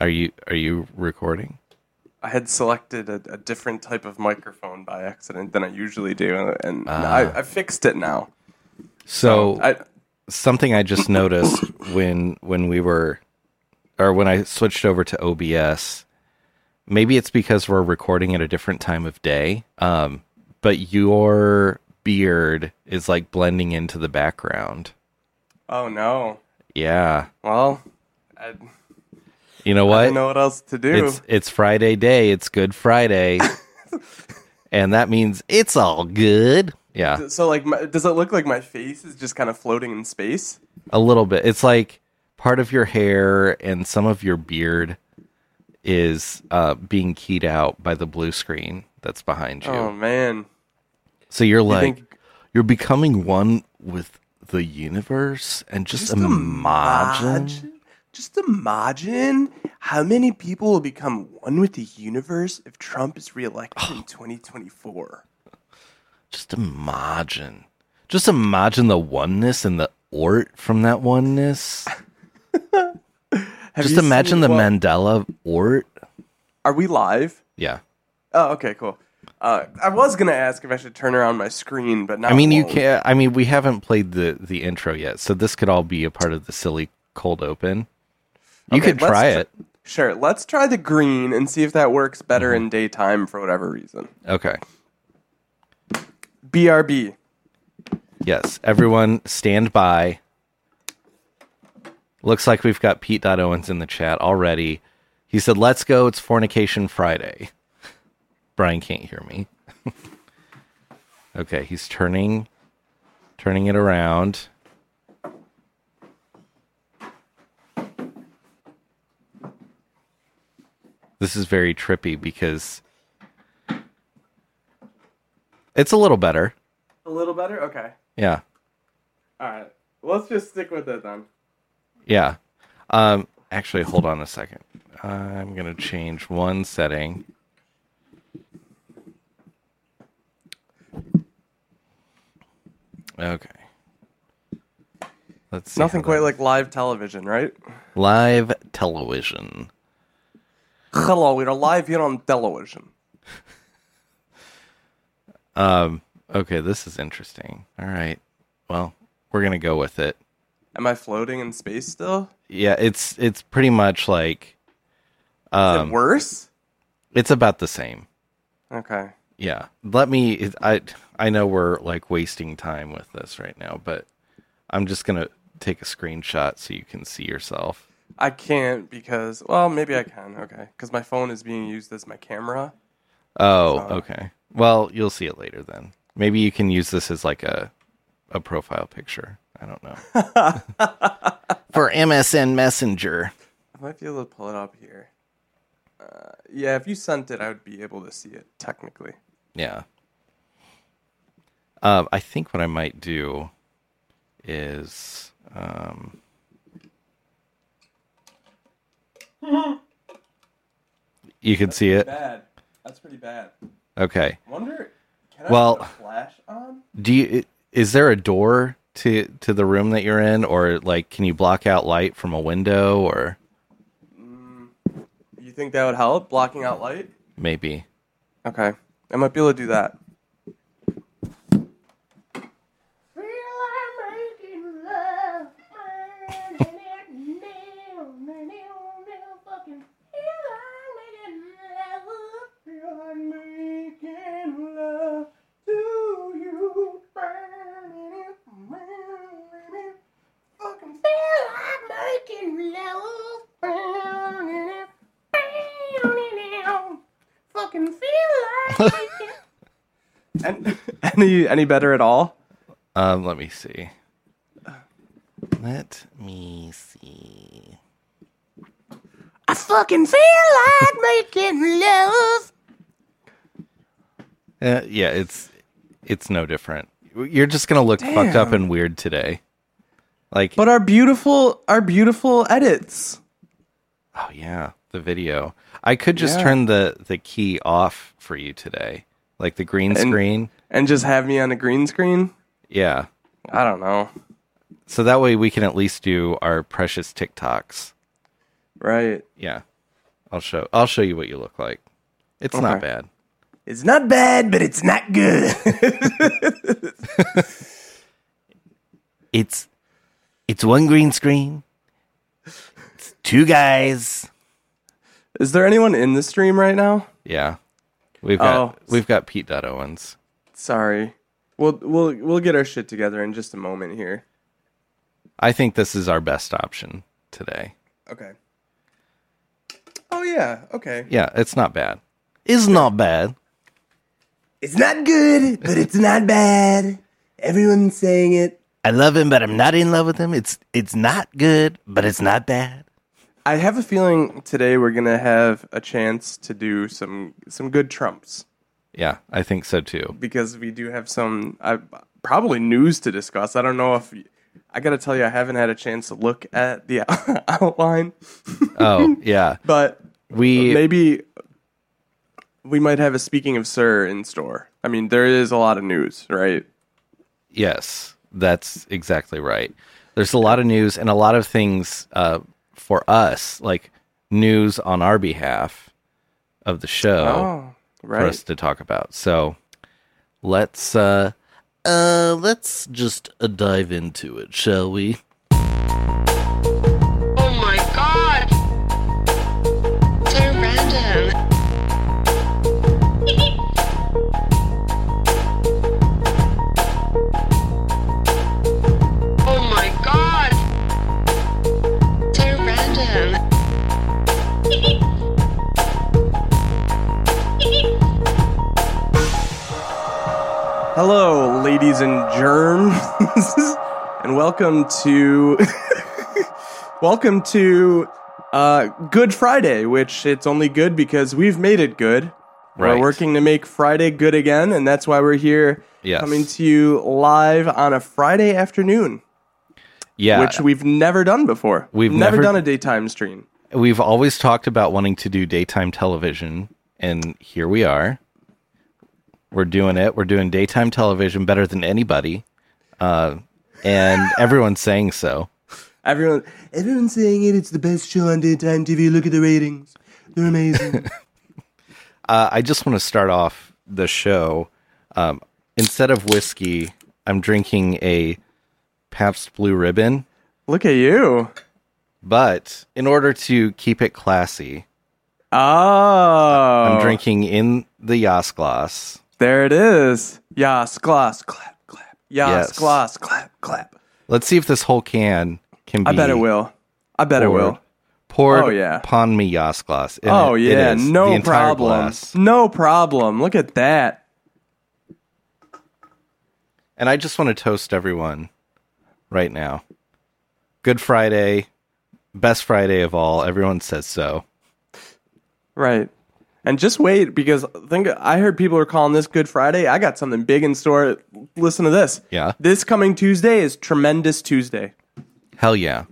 Are you are you recording? I had selected a, a different type of microphone by accident than I usually do, and, and Ah. I, I fixed it now. So I, something I just noticed when when we were or when I switched over to OBS, maybe it's because we're recording at a different time of day. Um, but your beard is like blending into the background. oh no! Yeah. Well, I, You know I what? don't know what else to do. It's it's Friday day. It's Good Friday. and that means it's all good. Yeah. so, like, my, does it look like my face is just kind of floating in space? A little bit. It's like part of your hair and some of your beard is uh, being keyed out by the blue screen that's behind you. Oh man! so you're like think- you're becoming one with the universe and just, imagine. Imagine, just imagine how many people will become one with the universe if Trump is reelected in 2024. Just imagine. Just imagine the oneness and the ort from that oneness. Have you Just seen- imagine the well, Mandela ort. Are we live? Yeah. Oh, okay, cool. Uh, I was gonna ask if I should turn around my screen, but now I mean, I you won't. can't. I mean, we haven't played the the intro yet, so this could all be a part of the silly cold open. You Okay, could let's try tr- it. Sure, let's try the green and see if that works better in daytime for whatever reason. Okay. BRB. Yes. Everyone, stand by. Looks like we've got Pete Dot Owens in the chat already. He said, "Let's go. It's Fornication Friday." Brian can't hear me. okay, he's turning, turning it around. This is very trippy because it's a little better. A little better? Okay. Yeah. All right. Let's just stick with it then. Yeah. Um, actually, hold on a second. I'm going to change one setting. Okay. Let's see. Nothing how quite that- like live television, right? live television. Hello, we're live here on television. Um, okay, this is interesting. All right. Well, we're going to go with it. Am I floating in space still? Yeah, it's it's pretty much like Is um it worse? it's about the same. Okay. yeah let me it- i i know we're like wasting time with this right now but i'm just gonna take a screenshot so you can see yourself I can't because, well, maybe I can. Okay. Because my phone is being used as my camera. oh okay well you'll see it later then maybe you can use this as like a a profile picture i don't know for msn messenger I might be able to pull it up here. Uh, yeah, if you sent it, I would be able to see it technically. yeah um i think what i might do is um you can see it Bad. That's pretty bad. Okay. Wonder. Can put Well- a flash on? Do you is there a door to to the room that you're in or like can you block out light from a window or You think that would help blocking out light? maybe Okay, I might be able to do that. Feel I'm making love. Fucking feel I'm making love to you. Fucking feel I'm making love. Fucking feel I'm making. And any any better at all? um let me see. Let me see. I fucking feel like making love. Uh, yeah, it's it's no different. You're just going to look fucked up Damn. and weird today. Like But our beautiful our beautiful edits. oh yeah, the video. I could just Yeah. turn the the key off for you today. Like the green screen. And just have me on a green screen. Yeah. I don't know. So that way we can at least do our precious TikToks. Right. Yeah. I'll show I'll show you what you look like. It's not Okay. bad. It's not bad, but it's not good. It's it's one green screen. It's two guys. Is there anyone in the stream right now? Yeah. We've got Oh. we've got Pete Dot Owens. Sorry. We'll we'll we'll get our shit together in just a moment here. I think this is our best option today. Okay. Oh yeah, okay. Yeah, it's not bad. It's not bad. It's not good, but it's not bad. Everyone's saying it. I love him, but I'm not in love with him. It's it's not good, but it's not bad. I have a feeling today we're gonna have a chance to do some some good trumps Yeah, I think so too. because we do have some uh, probably news to discuss. I don't know if I gotta tell you, I haven't had a chance to look at the outline, Oh, yeah. but We maybe we might have a speaking of sir in store. I mean, there is a lot of news, right? Yes, that's exactly right. There's a lot of news and a lot of things uh, for us, like news on our behalf of the show for Oh, right. us to talk about. So let's uh, uh, let's just uh, dive into it, shall we? Oh my god! So random. oh my god! So random. Hello, ladies and germs, and welcome to welcome to uh, Good Friday, which it's only good because we've made it good. Right. We're working to make Friday good again, and that's why we're here, Yes. coming to you live on a Friday afternoon, Yeah, which we've never done before. We've never- never done a daytime stream. we've always talked about wanting to do daytime television, and here we are. We're doing it. We're doing daytime television better than anybody, uh, and everyone's saying so. Everyone, everyone's saying it. It's the best show on daytime TV. Look at the ratings; they're amazing. Uh, I just want to start off the show. Um, instead of whiskey, I'm drinking a Pabst Blue Ribbon. Look at you! But in order to keep it classy, Oh, I'm I'm drinking in the Yas glass. There it is. Yas, gloss, clap, clap. Yas, Yes. gloss, clap, clap. Let's see if this whole can can be. I bet it will. I bet it will. Poured Oh, yeah. upon me Yas glass. And Oh it- it yeah, is the no entire problem. glass. No problem. Look at that. And I just want to toast everyone right now. Good Friday, best Friday of all. Everyone says so. Right. And just wait because think I heard people are calling this Good Friday. I got something big in store. Listen to this. Yeah. This coming Tuesday is tremendous Tuesday. Hell yeah.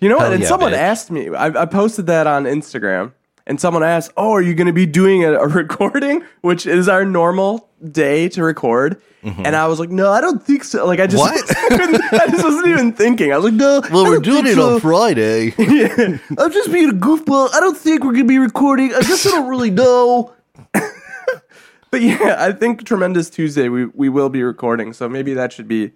You know what? Hell and yeah, someone bitch. asked me. I, I posted that on Instagram, and someone asked, "Oh, are you going to be doing a, a recording, which is our normal day to record?" And I was like, "No, I don't think so." Like I just, Mm-hmm. What? I just wasn't even thinking. I was like, "No, I don't think so. Friday. I'm just being a goofball. I don't think we're gonna be recording. I guess I don't really know. but yeah, I think Tremendous Tuesday we we will be recording, so maybe that should be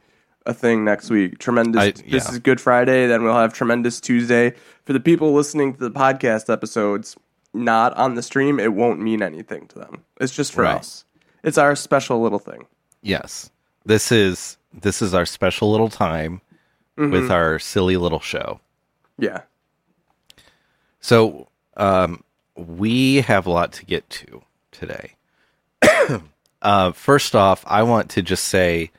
a thing next week. Tremendous. I- This yeah. is Good Friday. Then we'll have Tremendous Tuesday for the people listening to the podcast episodes. Not on the stream, it won't mean anything to them. It's just for Right. us. It's our special little thing. yes. This is this is our special little time Mm-hmm. with our silly little show. Yeah. So um, we have a lot to get to today. uh, first off, I want to just say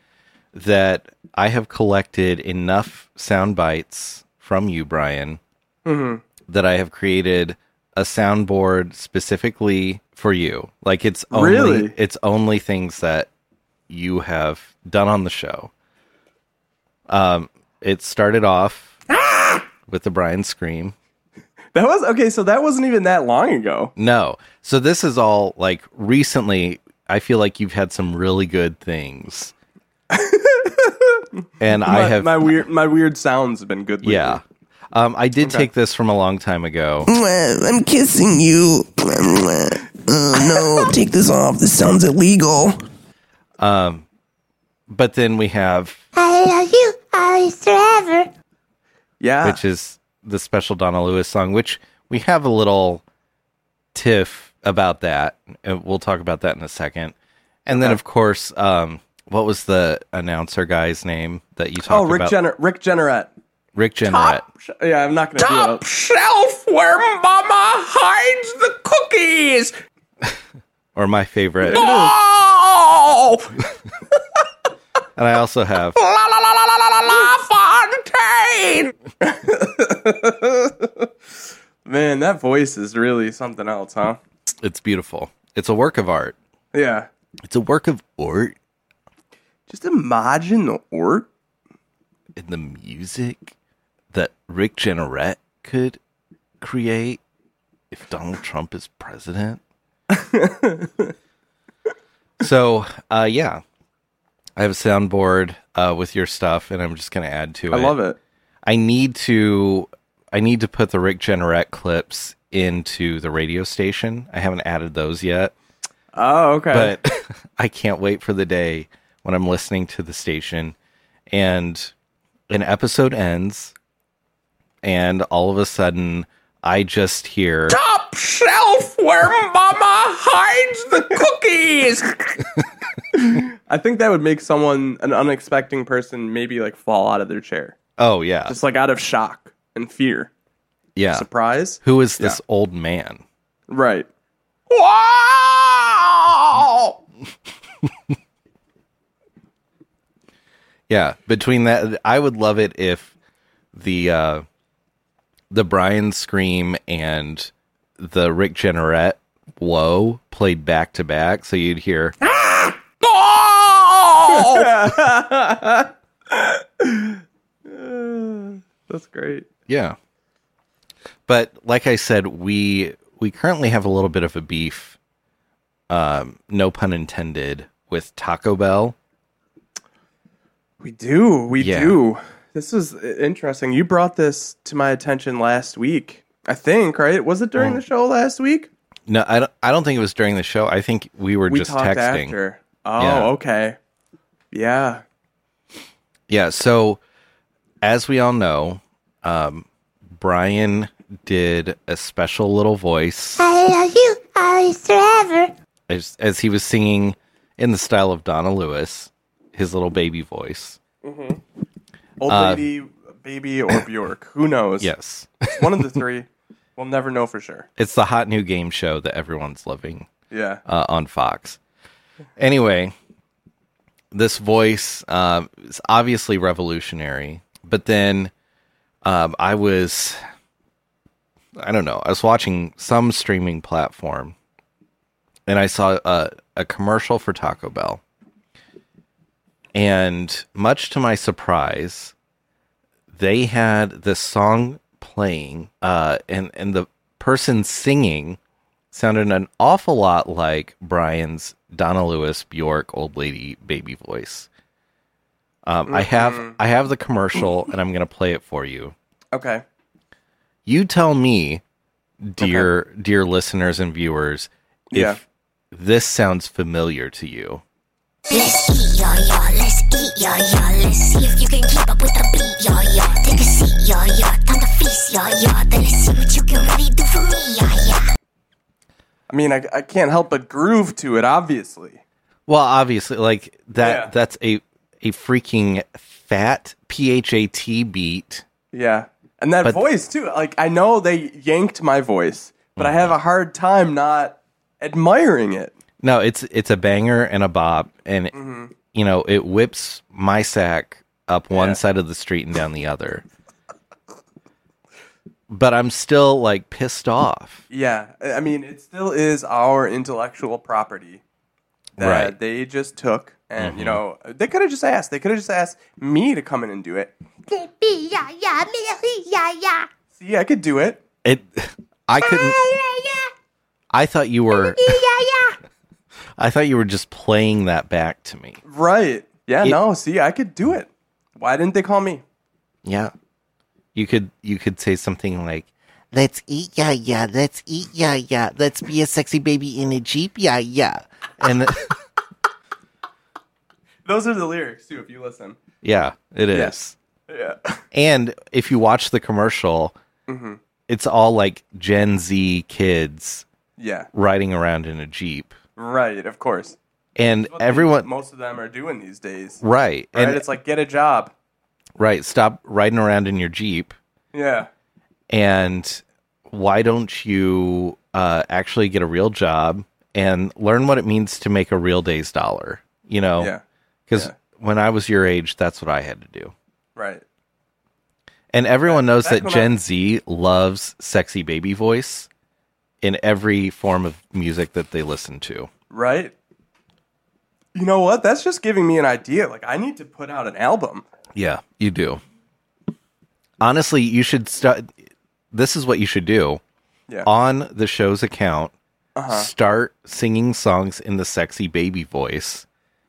that I have collected enough sound bites from you, Brian, that I have created a soundboard specifically for you. Like it's only Really? it's only things that you have done on the show. Um, it started off with the Brian scream. That was okay, so that wasn't even that long ago. No. So this is all like recently. I feel like you've had some really good things, and I My- have my weird my weird sounds have been good lately. yeah. Um, I did take this from a long time ago. I'm kissing you. Uh, no, take this off. This sounds illegal. But then we have, I love you always forever. Yeah. which is the special Donna Lewis song, which we have a little tiff about that. and We'll talk about that in a second. And then, of course, um, what was the announcer guy's name that you talked oh, Rick about? Jenner. Rick Jenneret. Rick Jenneret. Sh- Yeah, I'm not gonna do it. shelf where Mama hides the cookies. or my favorite. Oh, And I also have la la la la la la la Fontaine. Man, that voice is really something else, huh? it's beautiful. It's a work of art. Yeah. It's a work of art Just imagine the art. in the music that Rick Jenneret could create if Donald Trump is president. so, uh, yeah, I have a soundboard uh, with your stuff, and I'm just going to add to I it. love it. I need to I need to put the Rick Jenneret clips into the radio station. I haven't added those yet, Oh, okay. but I can't wait for the day when I'm listening to the station and an episode ends and all of a sudden I just hear Top shelf where Mama hides the cookies. I think that would make someone, an unexpecting person, maybe like fall out of their chair, oh yeah. just like out of shock and fear, yeah. surprise. Who is this old man? Right. Wow! Yeah, between that, I would love it if the uh, the Brian scream and the Rick Jenneret whoa played back to back, so you'd hear Oh! That's great. yeah. But like I said, we we currently have a little bit of a beef, um, no pun intended, with Taco Bell. We do. We Yeah. do. This is i- interesting. You brought this to my attention last week. I think, right? Was it Mm. during the show last week? No, I don't, I don't think it was during the show. I think we were We just talked texting. after. Oh, Yeah. okay. Yeah. Yeah. So, as we all know, um, Brian did a special little voice I love you always forever. as, as he was singing in the style of Donna Lewis, his little baby voice. Old Uh, lady, baby, or Bjork. Who knows? Yes. One of the three. We'll never know for sure. It's the hot new game show that everyone's loving Yeah. uh, on Fox. Anyway, this voice um, is obviously revolutionary, but then um, I was, I don't know, I was watching some streaming platform and I saw a, a commercial for Taco Bell. And much to my surprise, they had this song playing, uh, and, and the person singing sounded an awful lot like Brian's Donna Lewis Bjork old lady baby voice. Um, I Mm-hmm. have I have the commercial and I'm gonna play it for you. Okay. You tell me, dear dear listeners and viewers, if Yeah. this sounds familiar to you. Let's eat, y'all, y'all. Let's eat, y'all, y'all. Let's see if you can keep up with the beat, y'all, y'all. Take a seat, y'all, y'all. Time to feast, y'all, y'all. Then let's see what you can really do for me, y'all, y'all. I mean, I, I can't help but groove to it, obviously. Well, obviously, like that Yeah. that's a a freaking fat P H A T beat. Yeah. And that But- voice, too. Like, I know they yanked my voice, but Mm. I have a hard time not admiring it. No, it's it's a banger and a bop, and you know it whips my sack up one Yeah. side of the street and down the other. But I'm still like pissed off. Yeah. I I mean, it still is our intellectual property that Right. Mm-hmm. they just took. And, you know, they could have just asked. They could have just asked me to come in and do it. Baby, yeah, yeah, me, yeah, yeah. See, I could do it. It, I couldn't. Yeah, yeah, I thought you were. yeah, yeah. I thought you were just playing that back to me. Right. Yeah, no, see, I could do it. Why didn't they call me? Yeah. You could you could say something like Let's eat, yeah, yeah. Let's eat, yeah, yeah. Let's be a sexy baby in a Jeep, yeah, yeah. and Those are the lyrics too. If you listen, yeah, it is. Yes. yeah, And if you watch the commercial, Mhm. it's all like Gen Z kids yeah, riding around in a Jeep. right. Of course, And What they- everyone most of them are doing these days. right. Right, And it's like get a job. right, stop riding around in your Jeep Yeah, and why don't you uh, actually get a real job and learn what it means to make a real day's dollar? You know, yeah, Because Yeah. when I was your age, that's what I had to do. right. And everyone knows back that when Gen I- Z loves sexy baby voice in every form of music that they listen to. Right? You know what? That's just giving me an idea. Like, I need to put out an album. Yeah, you do. Honestly, you should start. This is what you should do Yeah. on the show's account. Uh-huh. Start singing songs in the sexy baby voice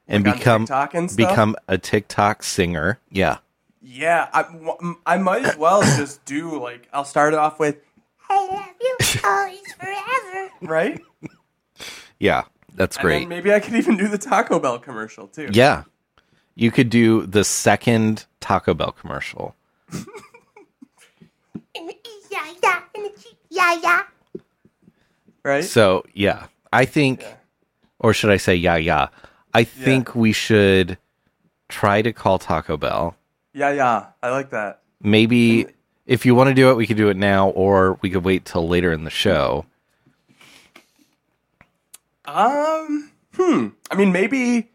and Like on become TikTok and stuff? become a TikTok singer. Yeah. Yeah, I, w- I might as well just do, like, I'll start it off with, I love you always forever. right? Yeah. That's And great. then maybe I could even do the Taco Bell commercial, too. Yeah. You could do the second Taco Bell commercial. And the e- yeah, yeah, and the G- yeah, yeah. Right? So, yeah. I think or should I say yeah, yeah. I think we should try to call Taco Bell. yeah, yeah. I like that. Maybe if you want to do it, we could do it now or we could wait till later in the show. Um, hmm. I mean, maybe.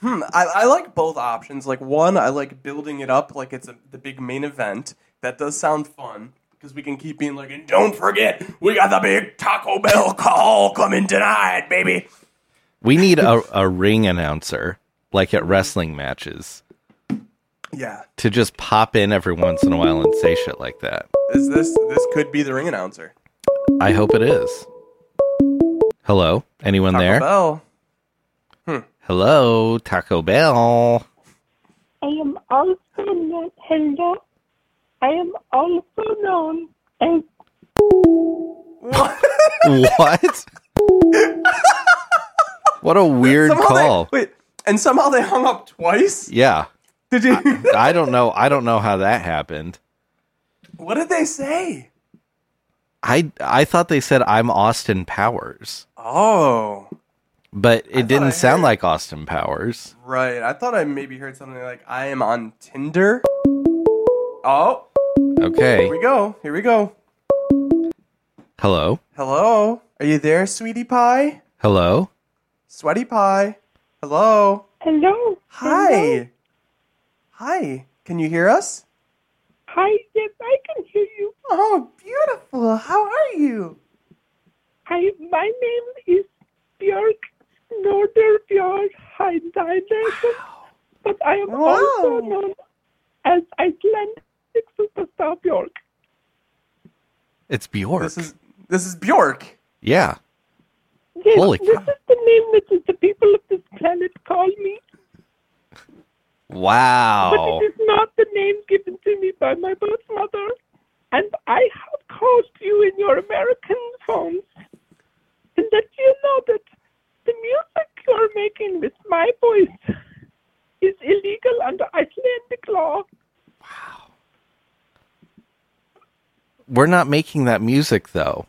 Hmm. I, I like both options. Like, one, I like building it up like it's a, the big main event. That does sound fun because we can keep being like, and don't forget, we got the big Taco Bell call coming tonight, baby. We need a, a ring announcer like at wrestling matches Yeah. to just pop in every once in a while and say shit like that. Is this this could be the ring announcer? I hope it is. Hello? Anyone Taco there? Bell. Hello, Taco Bell. I am also known. Hello. I am also known as What? what a weird Somehow they- call. wait, and somehow they hung up twice. Yeah. Did you? I don't know. I don't know how that happened. what did they say? I I thought they said I'm Austin Powers, Oh, but it I didn't sound heard- like Austin Powers. right. I thought I maybe heard something like I am on Tinder. Oh, Okay. here we go. Here we go. Hello. Hello. Are you there, sweetie pie? Hello. Sweaty pie. Hello. hello. Hi. Hi. Can you hear us? Hi, yes, I can hear you. Oh, beautiful. How are you? Hi, my name is Björk Norderbjörk Heideiner, but I am Wow. also known as Icelandic superstar Björk. It's Bjork. This is this is Bjork. yeah. Yes, Holy this cow. is the name that the people of this planet call me, Wow. but it is not the name given to me by my birth mother. And I have called you in your American phones to let you know that the music you're making with my voice is illegal under Icelandic law. We're not making that music though.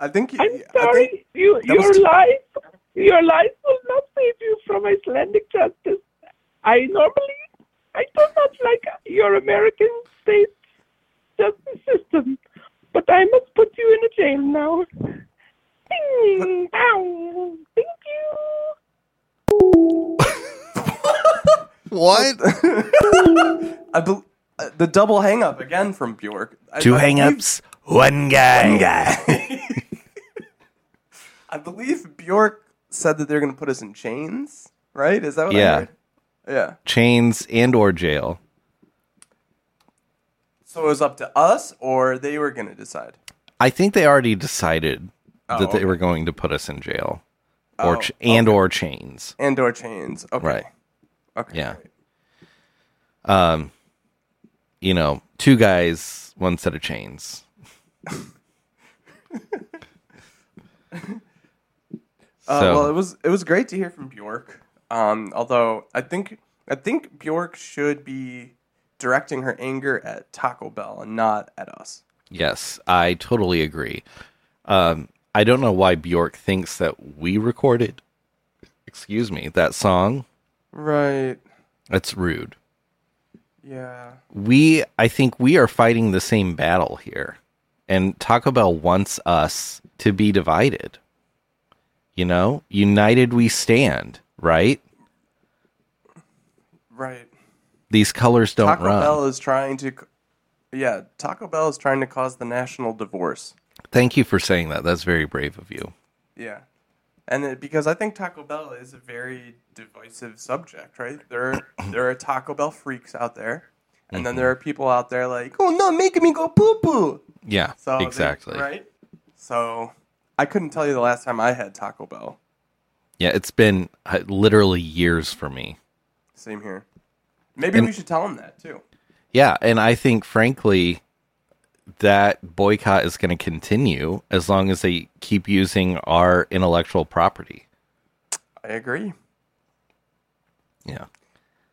I think. you- I'm I sorry, think you, that was your t- life, your life will not save you from Icelandic justice. I normally, I do not like your American state justice system, but I must put you in a jail now. Ding, pow, thank you. What? I bel uh, the double hang up again from Bjork. I- Two I believe- hang-ups, one guy. I believe Bjork said that they're going to put us in chains, right? Is that what I Yeah. heard? Yeah. Chains and or jail. So it was up to us, or they were going to decide. I think they already decided Oh, that they okay. were going to put us in jail or Oh, ch- and or chains. And or chains. Okay. Right. Okay. Yeah. great. Um you know, two guys, one set of chains. Uh, so Well, it was it was great to hear from Bjork. Um, although I think I think Bjork should be directing her anger at Taco Bell and not at us. yes, I totally agree. Um, I don't know why Bjork thinks that we recorded. Excuse me, that song. Right. That's rude. Yeah. we I think we are fighting the same battle here. And Taco Bell wants us to be divided. You know, united we stand, right? Right. These colors don't Taco run. Bell is trying to. c- Yeah, Taco Bell is trying to cause the national divorce. Thank you for saying that. That's very brave of you. Yeah, and it, because I think Taco Bell is a very divisive subject, right? There, are, there are Taco Bell freaks out there, and then there are people out there like, "Oh no, making me go poo poo." Yeah, So they- exactly. right. So I couldn't tell you the last time I had Taco Bell. Yeah, it's been uh, literally years for me. Same here. Maybe And- we should tell them that too. Yeah, and I think frankly that boycott is going to continue as long as they keep using our intellectual property. I agree. Yeah.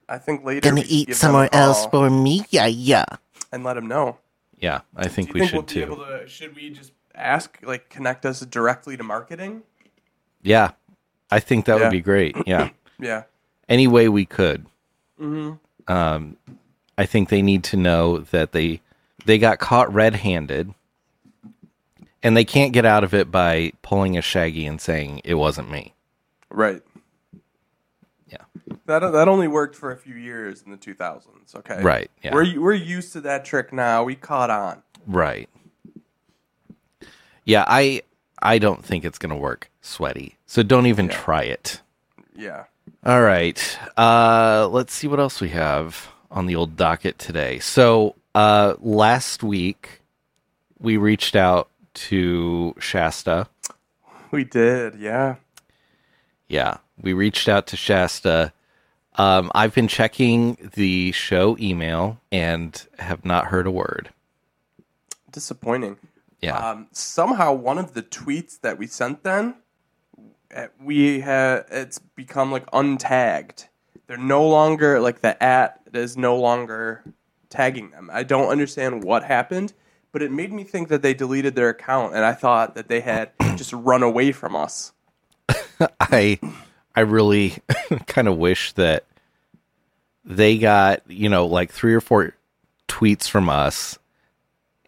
I think later we Gonna should eat give them a somewhere else call for me, yeah, yeah. and let them know. Yeah, I think Do we you think should we'll too. be able to? Should we just ask, like, connect us directly to marketing? Yeah. I think that Yeah. would be great. Yeah. Yeah, Any way we could. Mm-hmm. Um, I think they need to know that they they got caught red-handed and they can't get out of it by pulling a shaggy and saying it wasn't me. right. Yeah. That that only worked for a few years in the 2000s. Okay, Right, yeah. We're we're used to that trick now. We caught on. Right. Yeah, I I don't think it's going to work, sweaty. So don't even try it. Yeah. All right. Uh, let's see what else we have on the old docket today. So uh, last week, we reached out to Shasta. We did, yeah. Yeah, we reached out to Shasta. Um, I've been checking the show email and have not heard a word. Disappointing. Yeah. Um, somehow, one of the tweets that we sent then, uh, we have it's become like untagged. They're no longer like the at is no longer tagging them. I don't understand what happened, but it made me think that they deleted their account, and I thought that they had just run away from us. I I really kind of wish that they got, you know, like three or four tweets from us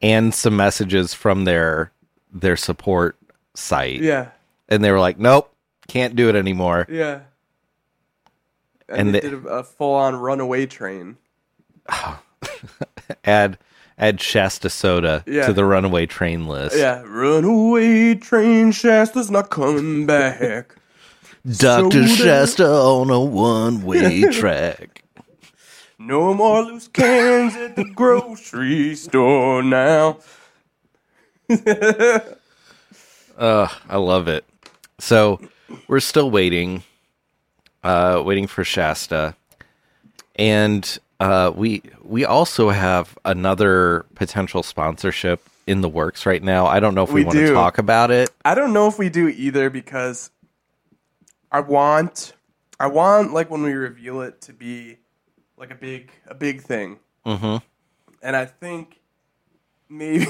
and some messages from their their support site. Yeah, And they were like, "Nope, can't do it anymore." yeah. And, And they, the- did a, a full-on runaway train. Add add Shasta Soda Yeah. to the runaway train list. Yeah, runaway train. Shasta's not coming back. Dr. Soda. Shasta on a one-way track. No more loose cans at the grocery store now. Ugh, I love it. So we're still waiting, uh, waiting for Shasta, and uh, we we also have another potential sponsorship in the works right now. I don't know if we, We want to do. talk about it. I don't know if we do either because I want I want like when we reveal it to be like a big a big thing. Mm-hmm. And I think maybe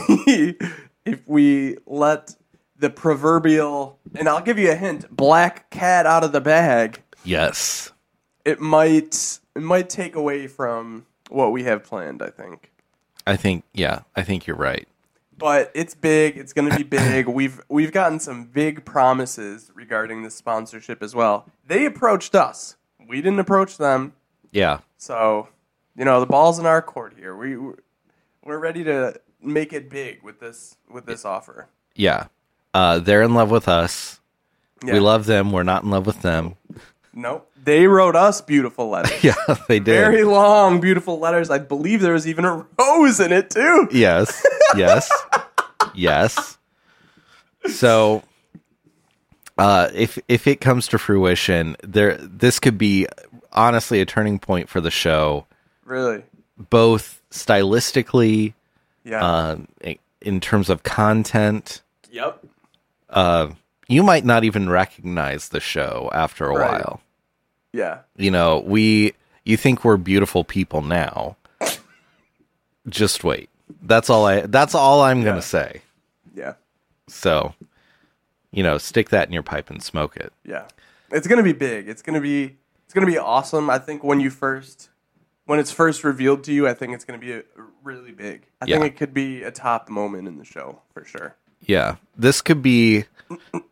if we let the proverbial and I'll give you a hint, black cat out of the bag, Yes, it might it might take away from what we have planned, I think. I think yeah, I think you're right. but it's big. It's going to be big. We've we've gotten some big promises regarding this sponsorship as well. They approached us. We didn't approach them. Yeah, So, you know, the ball's in our court here. We we're ready to make it big with this with this offer. yeah. Uh, they're in love with us. Yeah. We love them. We're not in love with them. Nope. They wrote us beautiful letters. Yeah, they did. Very long, beautiful letters. I believe there was even a rose in it too. Yes. Yes. yes. So uh if if it comes to fruition, there this could be honestly a turning point for the show, Really. both stylistically, Yeah. um, i- in terms of content. yep. Uh, you might not even recognize the show after a Right. while. Yeah. You know, we you think we're beautiful people now. Just wait. That's all I. That's all I'm Yeah. gonna say. Yeah. So, you know, stick that in your pipe and smoke it. Yeah. It's gonna be big. It's gonna be it's gonna be awesome. I think when you first when it's first revealed to you, I think it's gonna be a, really big. I Yeah. think it could be a top moment in the show for sure. Yeah. This could be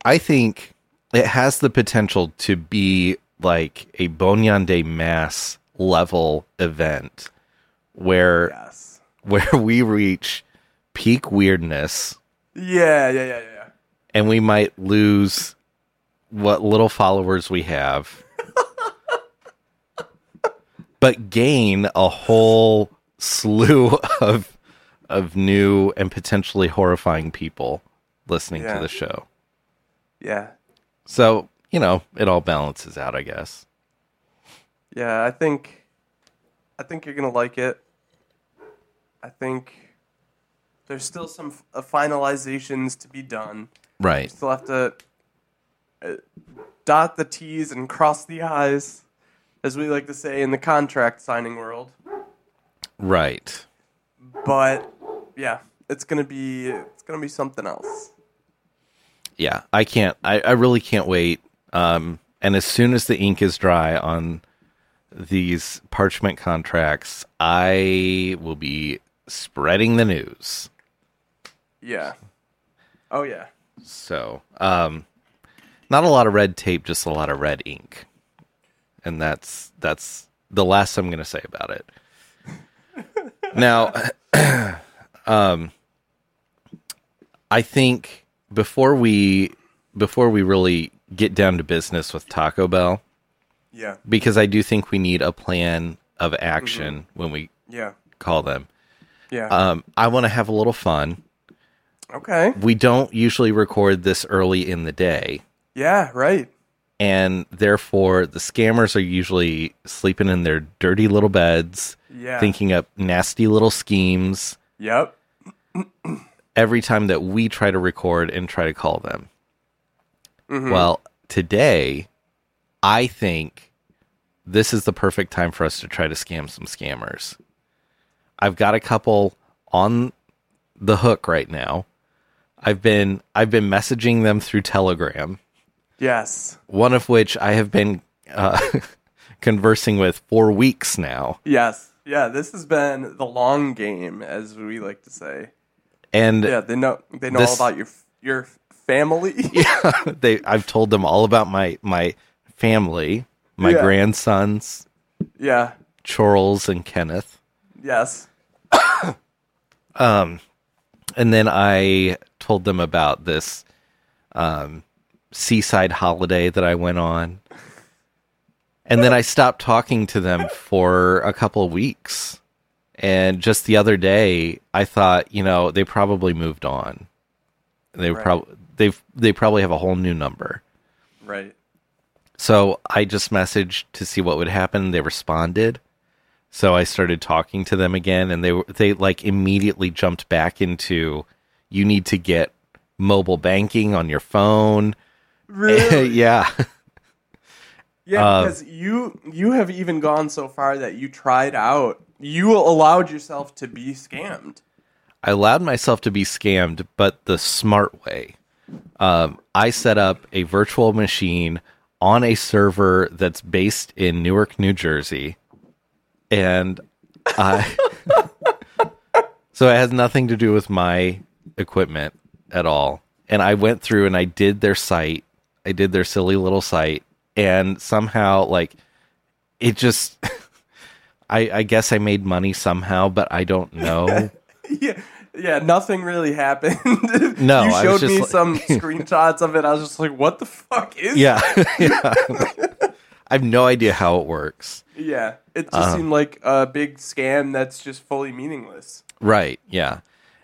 I think it has the potential to be like a Bonyan de Mass level event where Yes. where we reach peak weirdness Yeah, yeah, yeah, yeah. and we might lose what little followers we have but gain a whole slew of of new and potentially horrifying people listening Yeah. to the show Yeah. so you know it all balances out i guess Yeah, I think I think you're gonna like it. I think there's still some f- uh, finalizations to be done. right Still have to uh, dot the T's and cross the I's, as we like to say in the contract signing world. right But yeah, it's gonna be it's gonna be something else. yeah i can't i, I really can't wait um and as soon as the ink is dry on these parchment contracts i will be spreading the news Yeah. Oh yeah. so um not a lot of red tape just a lot of red ink and that's that's the last i'm going to say about it now um i think before we before we really get down to business with taco bell Yeah. because i do think we need a plan of action when we Yeah. call them Yeah. um i want to have a little fun okay. we don't usually record this early in the day Yeah. Right. and therefore the scammers are usually sleeping in their dirty little beds, Yeah. thinking up nasty little schemes Yep. every time that we try to record and try to call them. Mm-hmm. Hmm. Well, today, I think this is the perfect time for us to try to scam some scammers. I've got a couple on the hook right now. I've been I've been messaging them through Telegram. Yes. one of which I have been uh, conversing with for weeks now. Yes. Yeah, this has been the long game, as we like to say. And Yeah, they know they know This- all about your f- your family. they I've told them all about my my family, my Yeah. grandsons, yeah. Charles and Kenneth. Yes. And then I told them about this um, seaside holiday that I went on. And then I stopped talking to them for a couple of weeks. And just the other day, I thought, you know, they probably moved on. They Right. probably they've they probably have a whole new number. Right. So I just messaged to see what would happen. They responded. So I started talking to them again, and they were they like immediately jumped back into you need to get mobile banking on your phone. Really? yeah. Uh, yeah, because you you have even gone so far that you tried out. You allowed yourself to be scammed. I allowed myself to be scammed, but the smart way. Um, I set up a virtual machine on a server that's based in Newark, New Jersey, and I. so it has nothing to do with my equipment at all. And I went through and I did their site. I did their silly little site, and somehow, like, it just. I, I guess I made money somehow, but I don't know. Yeah. Yeah, nothing really happened. No, you I was showed just me like- some screenshots of it. I was just like, "What the fuck is?" Yeah. yeah. I have no idea how it works. yeah. It just Uh-huh. seemed like a big scam that's just fully meaningless. Right. Yeah.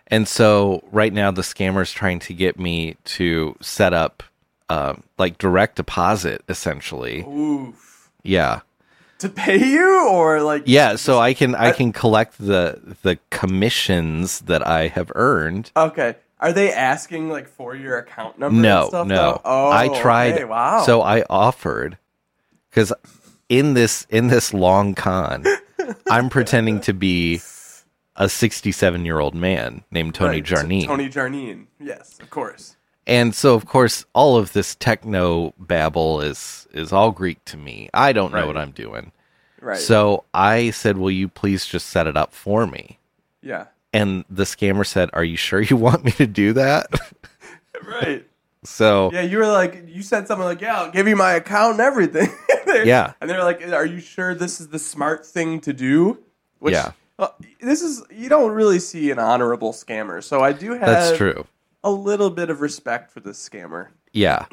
And so right now the scammer's trying to get me to set up um, like direct deposit essentially. Oof. Yeah. to pay you or like Yeah, so I can I can collect the the commissions that I have earned. Okay. Are they asking like for your account number? and No, stuff, no. though? Oh, I tried. okay, wow. So I offered because in this in this long con, I'm pretending to be a 67 year old man named Tony Right, so Jarnine. Tony Jarnine. Yes, of course. And so, of course, all of this techno babble is is all Greek to me. I don't know Right. what I'm doing. Right. So I said, "Will you please just set it up for me?" yeah. And the scammer said, "Are you sure you want me to do that?" Right. so Yeah, you were like you said something like, "Yeah, I'll give you my account and everything." They're- Yeah. And they're like, "Are you sure this is the smart thing to do?" Which Yeah. uh, this is you don't really see an honorable scammer. So I do have that's true. a little bit of respect for this scammer. Yeah.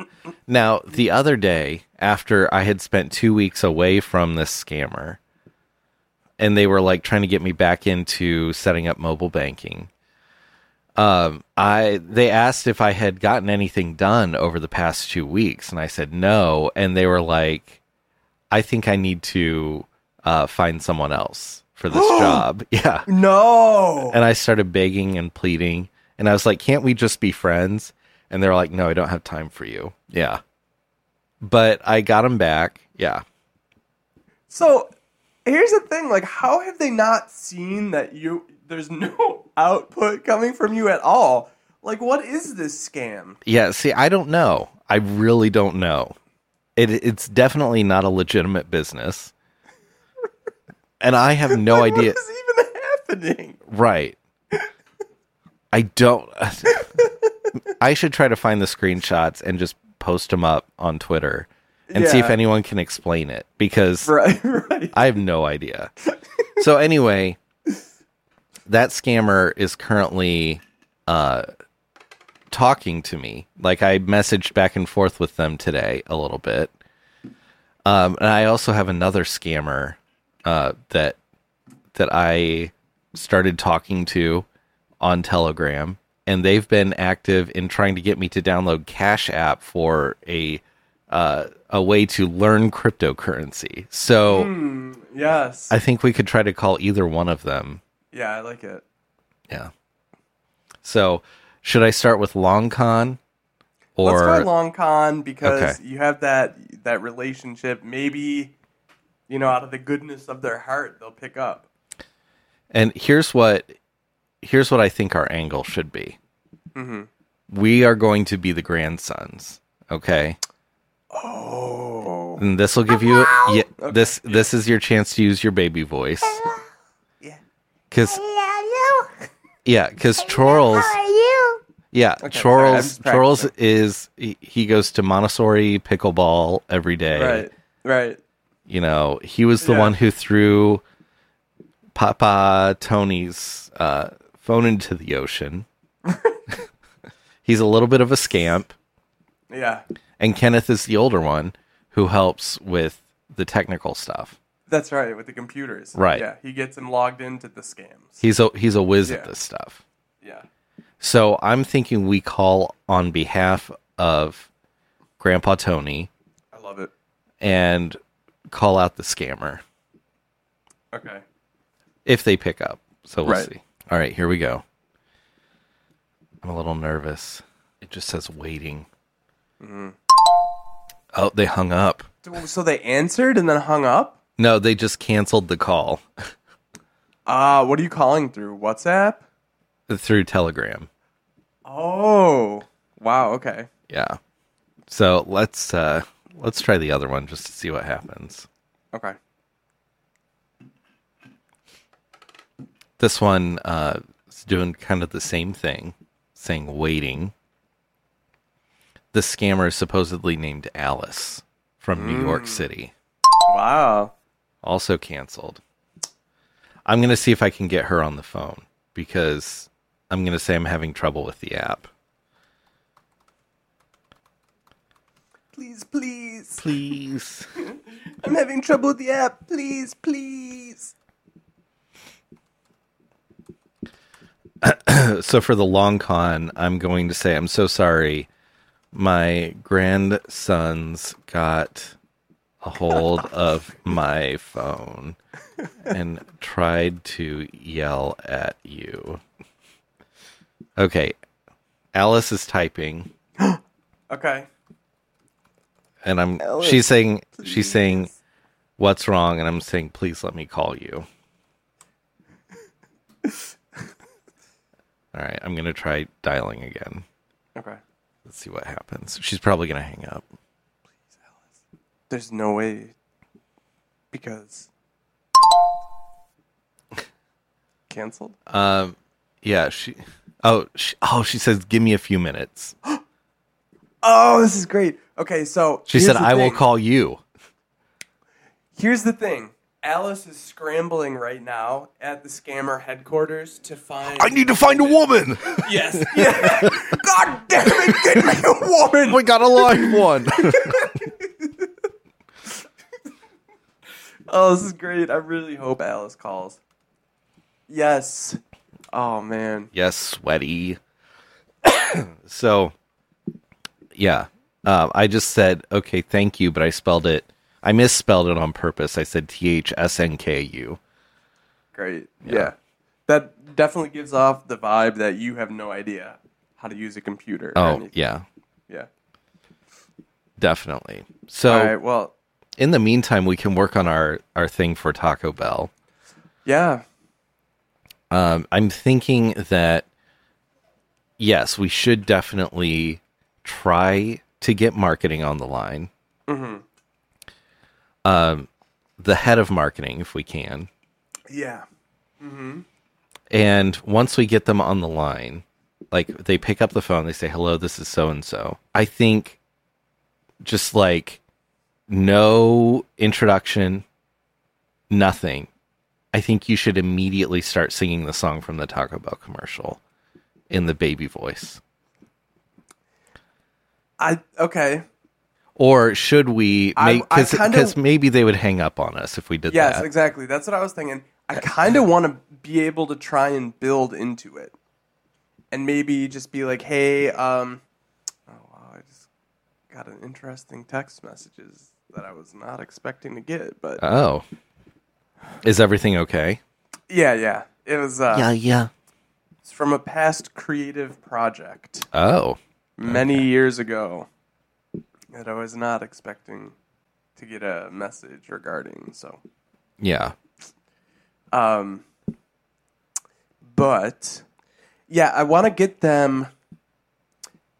Now, the other day, after I had spent two weeks away from this scammer, and they were like trying to get me back into setting up mobile banking. Um, I they asked if I had gotten anything done over the past two weeks, and I said no. And they were like, "I think I need to uh, find someone else for this job." Yeah, No. and I started begging and pleading. And I was like, can't we just be friends? And they're like, no, I don't have time for you. Yeah. But I got him back. Yeah. So here's the thing: like, how have they not seen that you? There's no output coming from you at all. Like, what is this scam? Yeah. See, I don't know. I really don't know. It, it's definitely not a legitimate business. And I have no Like, idea. What is even happening? Right. I don't. I should try to find the screenshots and just post them up on Twitter and see if Yeah. anyone can explain it because Right, right. I have no idea. so anyway, that scammer is currently uh talking to me. Like I messaged back and forth with them today a little bit. Um and I also have another scammer uh that that I started talking to on Telegram and they've been active in trying to get me to download Cash App for a uh, a way to learn cryptocurrency. Hmm. So Yes. I think we could try to call either one of them. yeah, I like it. Yeah. So, should I start with Long Con Let's or go long con because Okay. you have that that relationship. Maybe you know, out of the goodness of their heart, they'll pick up. and here's what here's what I think our angle should be. Mm-hmm. We are going to be the grandsons, okay? Oh, And this will give you yeah, this this is your chance to use your baby voice. Yeah. Cuz love you. yeah, cuz How Charles are you? yeah, sorry, I'm Charles just practicing. Charles is he, he goes to Montessori pickleball every day. right, right. you know, he was the Yeah. one who threw Papa Tony's uh, phone into the ocean. He's a little bit of a scamp, Yeah, and Kenneth is the older one who helps with the technical stuff. that's right. With the computers, Right. Yeah, he gets him logged into the scams. He's a he's a whiz at Yeah. this stuff. Yeah. So I'm thinking we call on behalf of Grandpa Tony I love it. and call out the scammer Okay. if they pick up. So we'll Right. see. All right, here we go. I'm a little nervous. It just says waiting. Oh, they hung up. So they answered and then hung up? No, they just canceled the call Uh, what are you calling through? WhatsApp? through Telegram. Oh. Wow, okay. Yeah. So let's uh let's try the other one just to see what happens. Okay. This one uh is doing kind of the same thing, saying waiting. The scammer is supposedly named Alice from New York City. Wow. also canceled. I'm going to see if I can get her on the phone because I'm going to say I'm having trouble with the app. Please, please. Please. I'm having trouble with the app. Please, please. So for the long con, I'm going to say I'm so sorry. My grandsons got a hold of my phone and tried to yell at you. Okay. Alice is typing Okay. and I'm she's saying she's saying what's wrong and I'm saying please let me call you. All right, I'm going to try dialing again. Okay. Let's see what happens. She's probably going to hang up. There's no way because canceled. Um, yeah, she. Oh, she, oh, she says, "Give me a few minutes." Oh, this is great. Okay, so She here's said, the "I will thing. call you." Here's the thing. Alice is scrambling right now at the scammer headquarters to find. to find a woman. yes. Yeah. God damn it! Get me a woman. we got a live one. Oh, this is great. I really hope Alice calls. Yes. Oh man. yes, sweaty. so, yeah, um, I just said, "Okay, thank you," but I spelled it. I misspelled it on purpose. I said T H S N K U. Great. Yeah. That definitely gives off the vibe that you have no idea how to use a computer. or Oh, anything. yeah, Yeah. definitely. So, All right. Well, in the meantime, we can work on our our thing for Taco Bell. yeah. Um, I'm thinking that yes, we should definitely try to get marketing on the line. Mm-hmm. Um, the head of marketing, if we can, Yeah. and once we get them on the line, like they pick up the phone, they say, "Hello, this is so and so." I think just like no introduction, nothing. I think you should immediately start singing the song from the Taco Bell commercial in the baby voice. I okay. Or should we? I- I Because kinda- maybe they would hang up on us if we did Yes, that. exactly. That's what I was thinking. I kind of want to be able to try and build into it, and maybe just be like, "Hey, um, oh wow, I just got an interesting text messages that I was not expecting to get." But Oh, is everything okay? yeah, yeah, it was uh, Yeah, yeah. it's from a past creative project Oh, many years ago that I was not expecting to get a message regarding. So yeah. Um, but yeah, I want to get them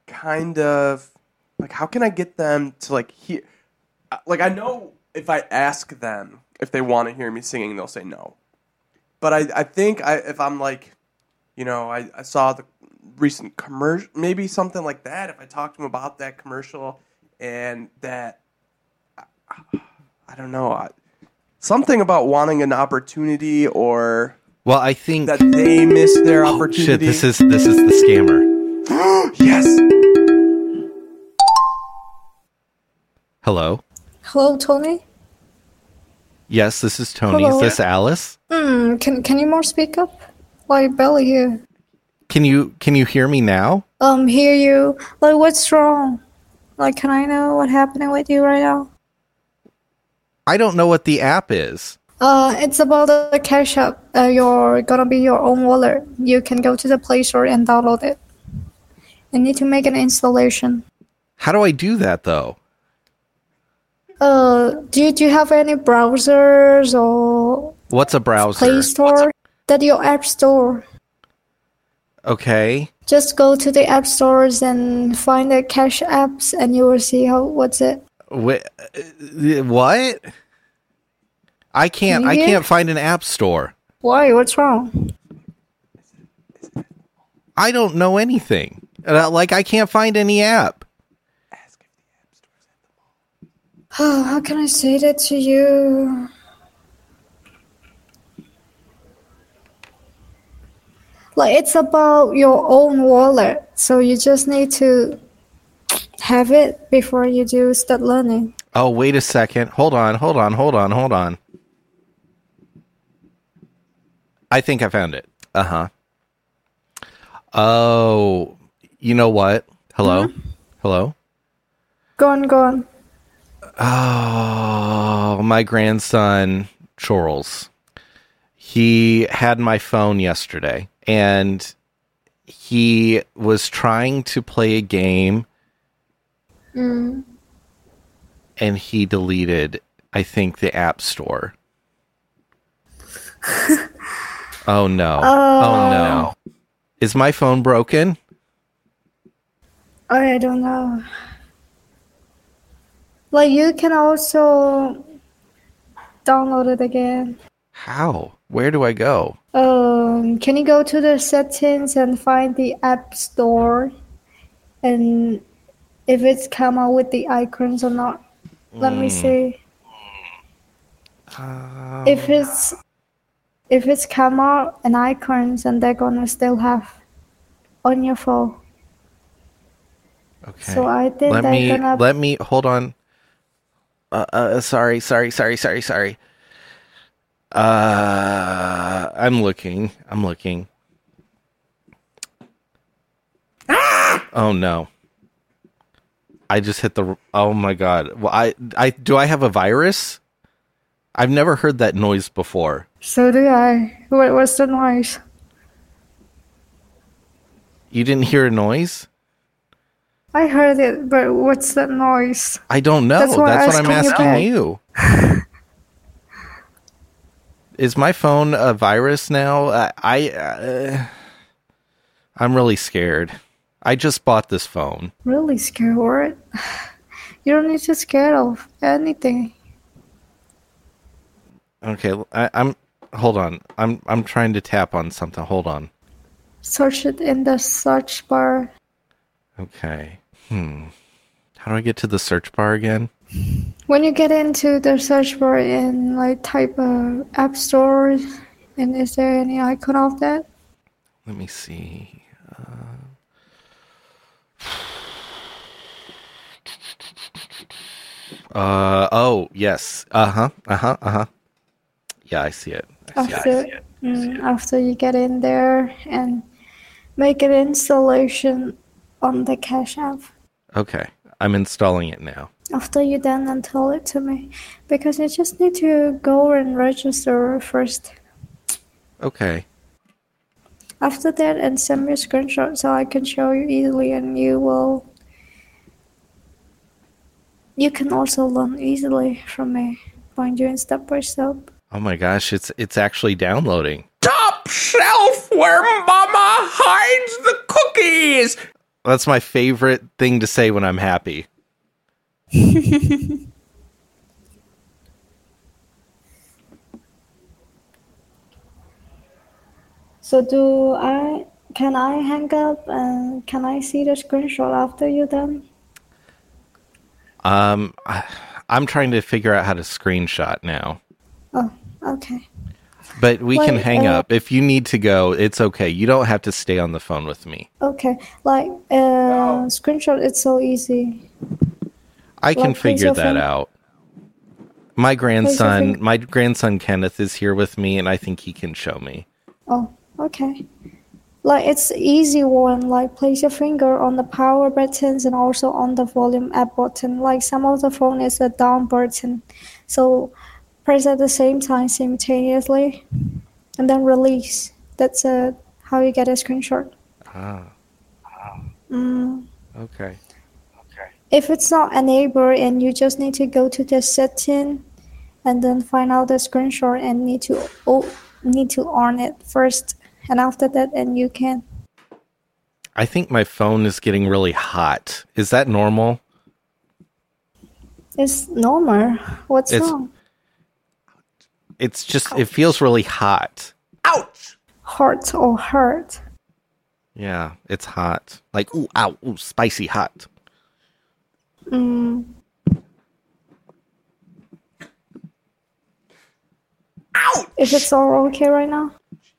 kind of like how can I get them to like hear? uh, Like I know if I ask them if they want to hear me singing, they'll say no. But I, I think I if I'm like, you know, I, I saw the recent commercial, maybe something like that. If I talk to them about that commercial and that, I, I don't know. I, something about wanting an opportunity or Well, I think that they missed their opportunity. Oh, Shit, this is this is the scammer. yes. Hello. Hello, Tony. Yes, this is Tony. Is Hello. this Alice? Hmm, can can you more speak up? Like barely hear. Can you can you hear me now? Um, hear you. Like, what's wrong? Like, can I know what happening with you right now? I don't know what the app is. Uh, it's about the cash app. Uh, you're gonna be your own wallet. You can go to the Play Store and download it. You need to make an installation. How do I do that though? Uh, do you, do you have any browsers or What's a browser? Play Store? That your App Store. Okay. Just go to the app stores and find the cash apps, and you will see how what's it. Wh- uh, what? I can't. I Yeah. can't find an app store. Why? What's wrong? I don't know anything. Uh, Like I can't find any app. Oh, how can I say that to you? Like, it's about your own wallet, so you just need to have it before you do start learning. Oh, wait a second. Hold on. Hold on. Hold on. Hold on. I think I found it. Uh huh. Oh, you know what? Hello? Hello? Go on, go on. Oh, my grandson Charles. He had my phone yesterday and he was trying to play a game and he deleted I think the app store. oh no. oh no. Is my phone broken? Oh, I don't know. Like you can also download it again. How? Where do I go? Um, can you go to the settings and find the app store, and if it's come out with the icons or not? Let Hmm. me see. Um, if it's if it's come out and icons, and they're gonna still have on your phone. Okay. So I think let they're me gonna let me hold on. Uh, uh, sorry, sorry, sorry, sorry, sorry. Uh, I'm looking. I'm looking. Oh no! I just hit the. Oh my god! Well, I, I do. I have a virus. I've never heard that noise before. So do I. What was the noise? You didn't hear a noise? I heard it, but what's that noise? I don't know. That's, That's why I what I'm asked asking you back. you. Is my phone a virus now? I, I uh, I'm really scared. I just bought this phone. Really scared word. You don't need to scare of anything. Okay, I, I'm hold on. I'm I'm trying to tap on something. Hold on. Search it in the search bar. Okay. Hmm. How do I get to the search bar again? When you get into the search bar and like type uh, app store, and is there any icon of that? Let me see. Uh, uh oh yes. Uh huh. Uh huh. Uh huh. Yeah, I see it. I see it. After mm, after you get in there and make an installation on the Cash App. Okay, I'm installing it now. after you done and tell it to me because I just need to go and register first. Okay. After that, and send me a screenshot so I can show you easily, and you will. You can also learn easily from me by doing step by step. Oh my gosh, it's it's actually downloading. Top shelf where Mama hides the cookies. That's my favorite thing to say when I'm happy. So do I? Can I hang up and can I see the screenshot after you done? Um, I, I'm trying to figure out how to screenshot now. Oh, okay. But we can Wait, hang uh, up. If you need to go, it's okay. You don't have to stay on the phone with me. Okay, like uh, screenshot. It's so easy. I can Well, please figure your that friend- out. My grandson, friend- my grandson Kenneth is here with me, and I think he can show me. Oh, okay. Like it's easy one. Like place your finger on the power buttons and also on the volume up button. Like some of the phone is a down button, so press at the same time simultaneously, and then release. That's uh, how you get a screenshot. Okay. If it's not enabled and you just need to go to the setting, and then find out the screenshot and need to oh, need to on it first, and after that, and you can. I think my phone is getting really hot. Is that normal? It's normal. What's It's- wrong? It's just it feels really hot. Heart or hurt? Yeah, it's hot. Like ooh, ow, ooh, spicy hot. Mm. If it's all okay right now?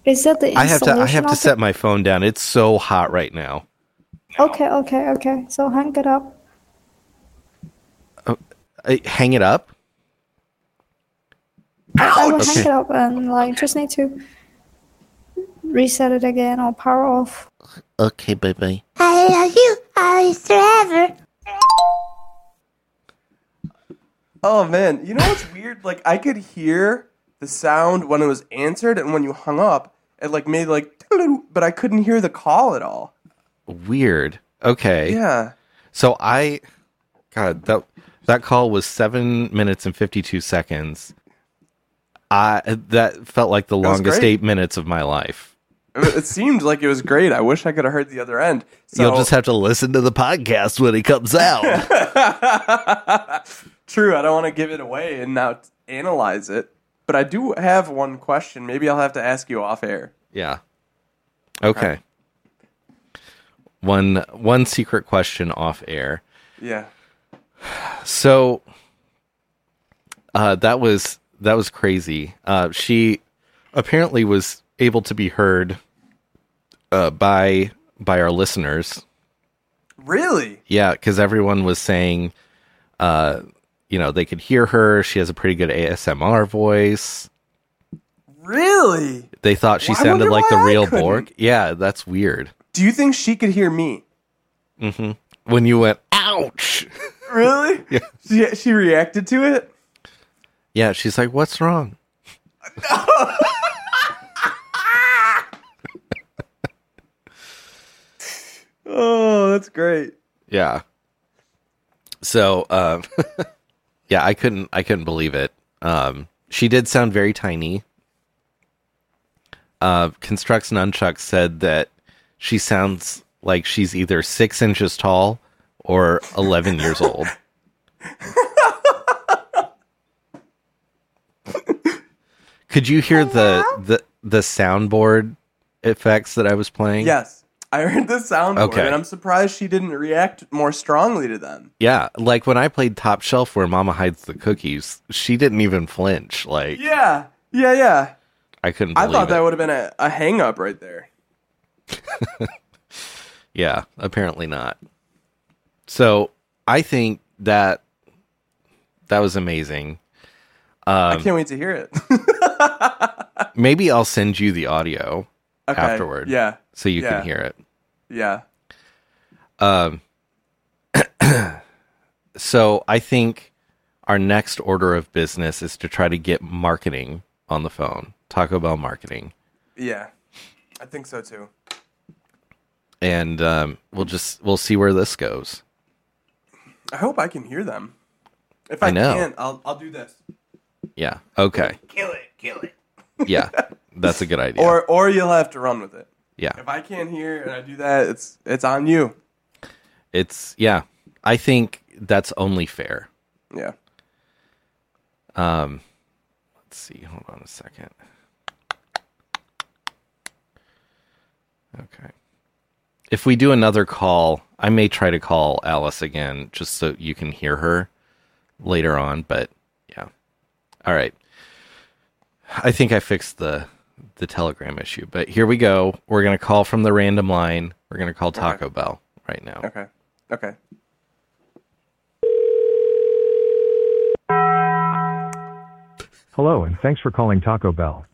Is that the I have to I have to installation set my phone down. It's so hot right now. of it? Okay, okay, okay. So hang it up. I, Uh, hang it up. I will hang Okay. it up and like just need to reset it again or power off. Okay, bye bye. I love you always forever. Oh man, you know what's weird? Like I could hear the sound when it was answered and when you hung up. It like made like, but I couldn't hear the call at all. Weird. Okay. Yeah. So I, God, that that call was seven minutes and fifty two seconds. I that felt like the was longest great. eight minutes of my life. It it seemed like it was great. I wish I could have heard the other end. So, You'll just have to listen to the podcast when it comes out. True, I don't want to give it away and now t- analyze it. But I do have one question. Maybe I'll have to ask you off air. yeah. Okay. One one secret question off air. Yeah. So uh that was that was crazy. Uh she apparently was able to be heard uh by by our listeners Really? Yeah, because everyone was saying, uh, you know, they could hear her. She has a pretty good ASMR voice. Really? They thought she Well, I sounded wonder like the why I real couldn't. Borg. Yeah, that's weird. Do you think she could hear me? When you went, ouch. Really? yeah. She, she reacted to it? Yeah, she's like, what's wrong? Oh, that's great. Yeah. So, um, yeah, I couldn't, I couldn't believe it. Um, she did sound very tiny. Uh, Constructs Nunchuck said that she sounds like she's either six inches tall or 11 years old. Could you hear the, the, the soundboard effects that I was playing? Yes. I heard the sound Okay. and I'm surprised she didn't react more strongly to them. Yeah, like when I played Top Shelf where Mama hides the cookies, she didn't even flinch. Like Yeah. Yeah, yeah. I couldn't I believe thought it. that would have been a, a hang up right there. yeah, apparently not. So I think that that was amazing. I can't wait to hear it. Maybe I'll send you the audio okay. Afterward. Yeah. so you Yeah. can hear it. Yeah. Um, so I think our next order of business is to try to get marketing on the phone, Taco Bell marketing. Yeah. I think so too. And um, we'll just we'll see where this goes. I hope I can hear them. If I I, know. can't, I'll I'll do this. Yeah. Okay. Kill it, kill it. Yeah. That's a good idea. Or or you'll have to run with it. yeah. If I can't hear and I do that, it's it's on you. It's yeah. I think that's only fair. Yeah. Um let's see. Hold on a second. Okay. If we do another call, I may try to call Alice again just so you can hear her later on, but yeah. All right. I think I fixed the the Telegram issue, but here we go. We're going to call from the random line. We're going to call Taco Bell right now. Okay. Okay. Hello and thanks for calling Taco Bell.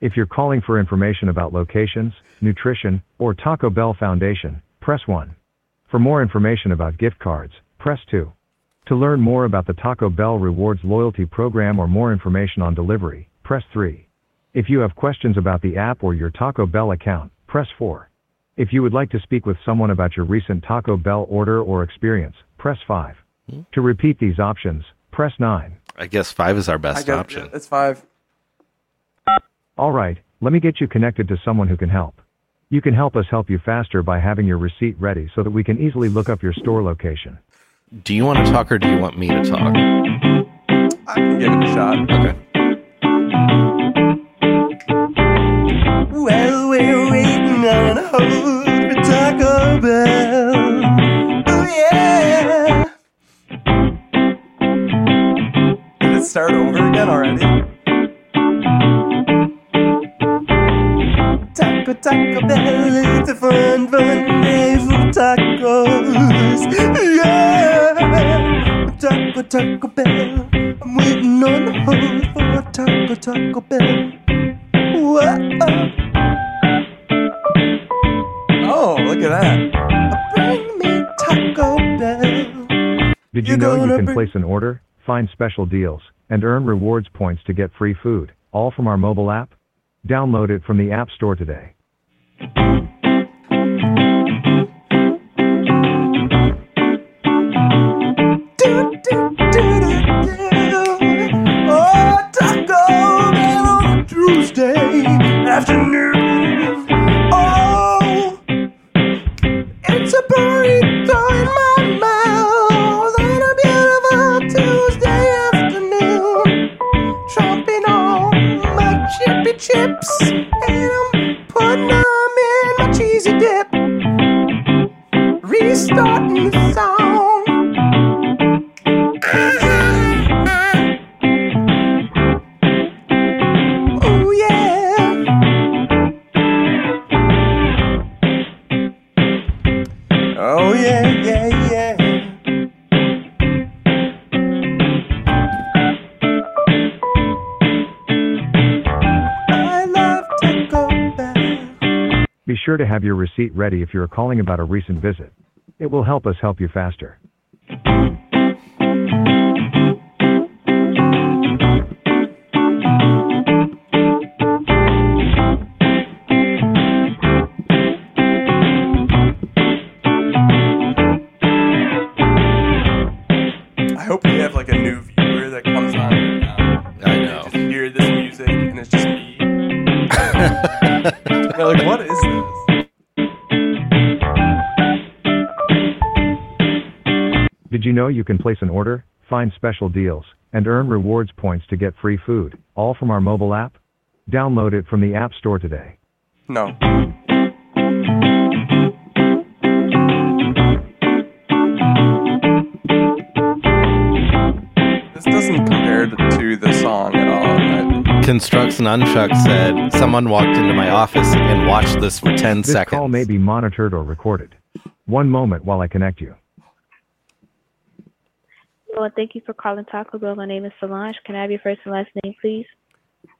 If you're calling for information about locations, nutrition, or Taco Bell Foundation, press 1. For more information about gift cards, press 2. To learn more about the Taco Bell Rewards Loyalty Program or more information on delivery, press 3. If you have questions about the app or your Taco Bell account, press 4. If you would like to speak with someone about your recent Taco Bell order or experience, press 5. To repeat these options, press 9. I guess 5 is our I best guess option. It's five. All right, let me get you connected to someone who can help. You can help us help you faster by having your receipt ready so that we can easily look up your store location. Do you want to talk or do you want me to talk? I can give it a shot. Okay. Well, we're waiting on hold for Taco Bell. Oh yeah. Did it start over again already? Taco, Taco Bell is the fun, fun day for tacos. Yeah. Taco, Taco Bell. I'm waiting on the hold for a Taco, Taco Bell. Whoa. Oh, look at that. Bring me Taco Bell. Did you You're know gonna you can bring- place an order, find special deals, and earn rewards points to get free food, all from our mobile app? Download it from the App Store today. Oh, Taco Bell on a Tuesday afternoon. Oh, it's a burrito in my mouth on a beautiful Tuesday afternoon. Chomping on my chippy chips and I'm putting them in my cheesy dip. Restarting the song. Oh yeah. Oh yeah, yeah, yeah. I love Taco Bell. Be sure to have your receipt ready if you are calling about a recent visit. It will help us help you faster. I hope we have like a new viewer that comes on right now. I know. Just hear this music and it's just me. They're like, what is this? Did you know you can place an order, find special deals, and earn rewards points to get free food, all from our mobile app? Download it from the App Store today. No. This doesn't compare to the song at all. in my Constructs Nunchuck said, Someone walked into my office and watched this for 10 This seconds. call may be monitored or recorded. One moment while I connect you. Hello, and thank you for calling Taco Bell. My name is Solange. Can I have your first and last name, please?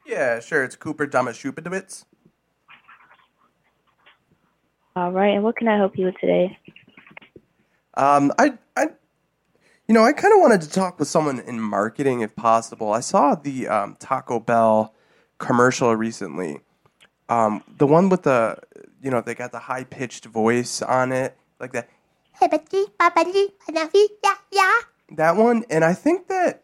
Yeah, sure. It's Cooper Damashupidowitz. All right, and what can I help you with today? Um, I, I, you know, I kind of wanted to talk with someone in marketing if possible. I saw the um, Taco Bell commercial recently, um, the one with the, you know, they got the high pitched voice on it, like that, Hebati, babali, banavi, ya, ya. that one. And I think that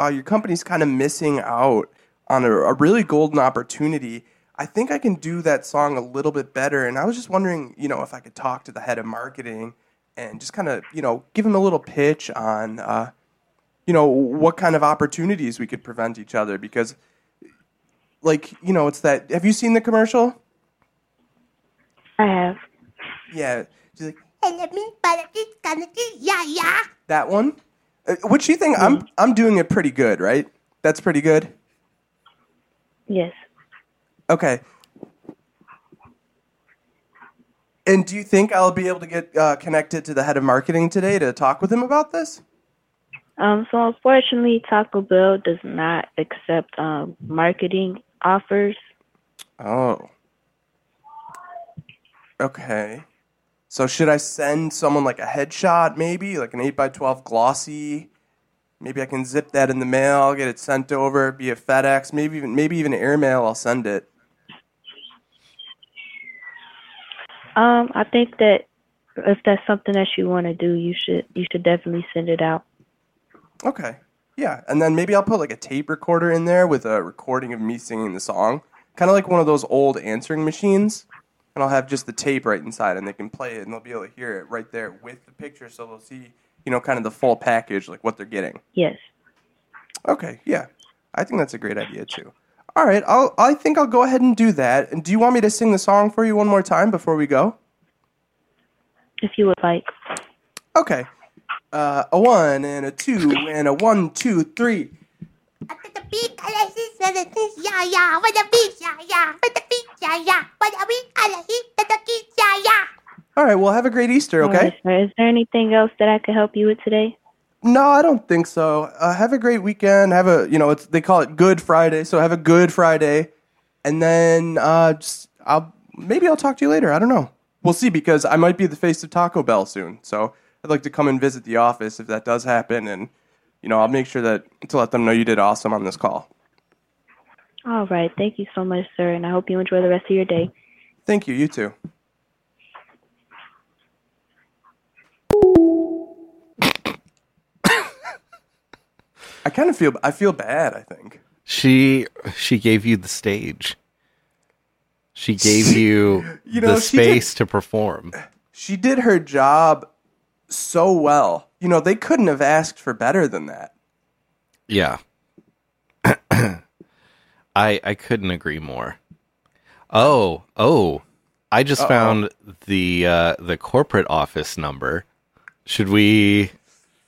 uh, your company's kind of missing out on a, a really golden opportunity. I think I can do that song a little bit better. And I was just wondering, you know, if I could talk to the head of marketing and just kind of, you know, give him a little pitch on, uh, you know, what kind of opportunities we could prevent each other. Because, like, you know, it's that. Have you seen the commercial? I have. Yeah. She's like, Helami, banavi, kanaki, ya, ya. that one. Uh, Which you think I'm I'm doing it pretty good, right? That's pretty good. Yes. Okay. And do you think I'll be able to get uh, connected to the head of marketing today to talk with him about this? Um, so unfortunately, Taco Bell does not accept um, marketing offers. Oh. Okay. So should I send someone like a headshot, maybe like an eight x twelve glossy? Maybe I can zip that in the mail, get it sent over via FedEx, maybe even maybe even airmail. I'll send it. Um, I think that if that's something that you want to do, you should you should definitely send it out. Okay. Yeah, and then maybe I'll put like a tape recorder in there with a recording of me singing the song, kind of like one of those old answering machines. And I'll have just the tape right inside, and they can play it, and they'll be able to hear it right there with the picture, so they'll see, you know, kind of the full package, like what they're getting. Yes. Okay, yeah, I think that's a great idea too. All right, I'll I think I'll go ahead and do that. And do you want me to sing the song for you one more time before we go? If you would like. Okay, uh, a one and a two and a one, two, three. Big alasi, sanati, ya, ya. Banavi, ya, ya. Banavi, ya, ya. Banavi, alasi, tanaki, ya, ya. All right, well, have a great Easter, All okay? right, sir. Is there anything else that I could help you with today? No, I don't think so. Uh, have a great weekend. Have a you know it's they call it Good Friday, so have a good Friday, and then uh, just I'll maybe I'll talk to you later. I don't know. We'll see because I might be the face of Taco Bell soon, so I'd like to come and visit the office if that does happen, and you know, I'll make sure that to let them know you did awesome on this call. All right. Thank you so much, sir, and I hope you enjoy the rest of your day. Thank you. You too. I kind of feel I feel bad. I think She she gave you the stage. She gave you, You know, the she did- space to perform. she did her job so well. You know, they couldn't have asked for better than that. Yeah. I I couldn't agree more. Oh, oh. I just Uh-oh. found the uh the corporate office number. Should we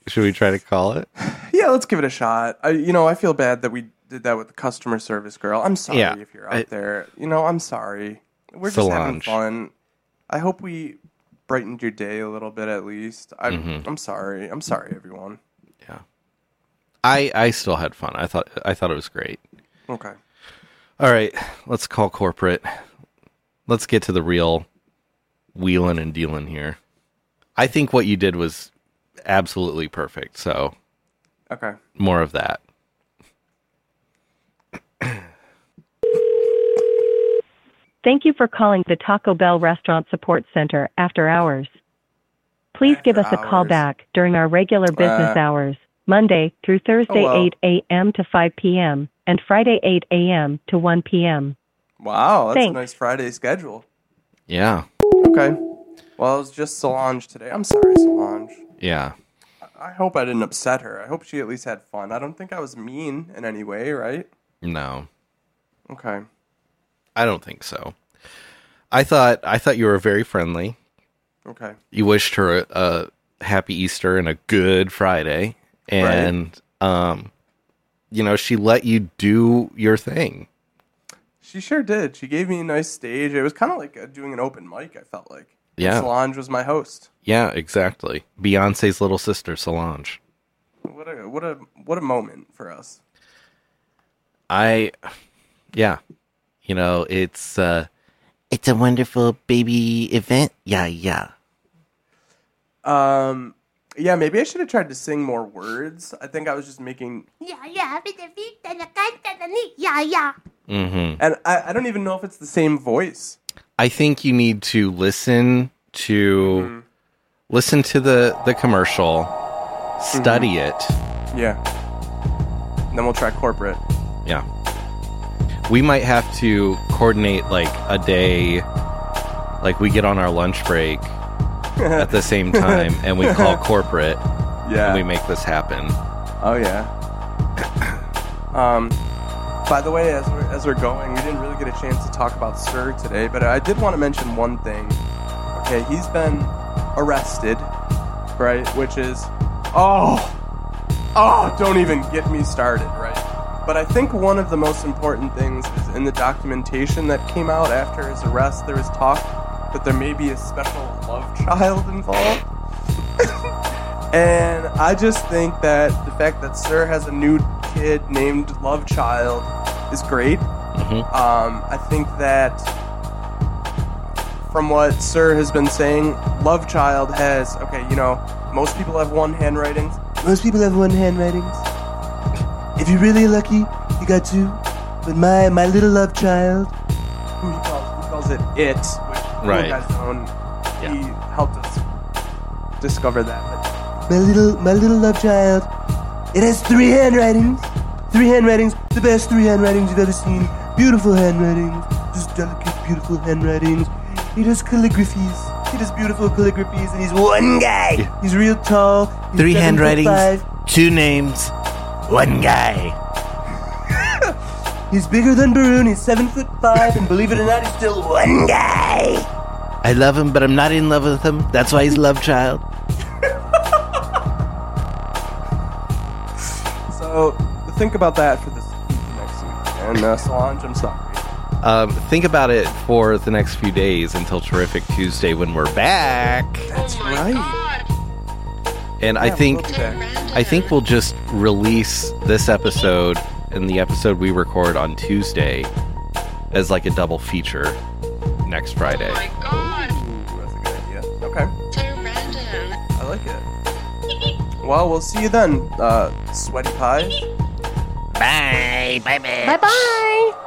should we try to call it? Yeah, let's give it a shot. I, you know, I feel bad that we did that with the customer service girl. I'm sorry Yeah, if you're out there. You know, I'm sorry. We're Solange. just having fun. I hope we brightened your day a little bit at least. I'm Mhm. I'm sorry. I'm sorry, everyone. I I still had fun. I thought I thought it was great. Okay. All right, let's call corporate. Let's get to the real wheeling and dealing here. I think what you did was absolutely perfect. So, Okay. more of that. Thank you for calling the Taco Bell Restaurant Support Center after hours. Please give us a call hours. back during our regular business Uh. hours, Monday through Thursday, Oh, well. 8 a.m. to 5 p.m., and Friday, 8 a.m. to 1 p.m. Wow, that's Thanks. a nice Friday schedule. Yeah. Okay. Well, it was just Solange today. I'm sorry, Solange. Yeah. I hope I didn't upset her. I hope she at least had fun. I don't think I was mean in any way, right? No. Okay. I don't think so. I thought I thought you were very friendly. Okay. You wished her a, a happy Easter and a good Friday and um you know, she let you do your thing. She sure did. She gave me a nice stage. It was kind of like uh, doing an open mic, I felt like. And Yeah. Solange was my host. Yeah, exactly. Beyonce's little sister Solange. What a what a what a moment for us. I yeah. You know, it's uh It's a wonderful baby event. Yeah, yeah. Um yeah, maybe I should have tried to sing more words. I think I was just making Ya, ya, vete, vete, la canta, la ni- ya, ya. mhm. and I, I don't even know if it's the same voice. I think you need to listen to Mm-hmm. listen to the the commercial, Mm-hmm. study Yeah. Then we'll try corporate. it. Yeah. We might have to coordinate like a day like we get on our lunch break at the same time and we call corporate. Yeah. And we make this happen. Oh yeah. Um, by the way, as we're, as we're going, we didn't really get a chance to talk about Sir today, but I did want to mention one thing. Okay, he's been arrested, right? Which is, oh, oh, don't even get me started, right? But I think one of the most important things is in the documentation that came out after his arrest, there was talk that there may be a special love child involved. And I just think that the fact that Sir has a new kid named Love Child is great. Um, I think that from what Sir has been saying, Love Child has, okay, you know, most people have one handwriting. Most people have one handwritings. If you're really lucky, you got two. But my my little love child, who he calls, he calls it it, which Right. he has known. He helped us discover that. My little, my little love child. It has three handwritings. Three handwritings. The best three handwritings you've ever seen. Beautiful handwritings. Just delicate, beautiful handwritings. He does calligraphies. He does beautiful calligraphies, and he's one guy. He's real tall. He's Three seven foot handwritings, five. two names, one guy. He's bigger than Baroon. He's seven foot five, and believe it or not, he's still one guy. I love him, but I'm not in love with him. That's why he's love child. So think about that for this next week. And uh, Solange, I'm sorry. Um, think about it for the next few days until Terrific Tuesday when we're back. Oh That's right. And I Yeah, think we'll be back. I think we'll just release this episode and the episode we record on Tuesday as like a double feature next Friday. Oh God. Ooh, that's a good idea. Okay. Too random. I like it. Well, we'll see you then, uh, sweaty pies. Bye. Bye bye. Bye bye.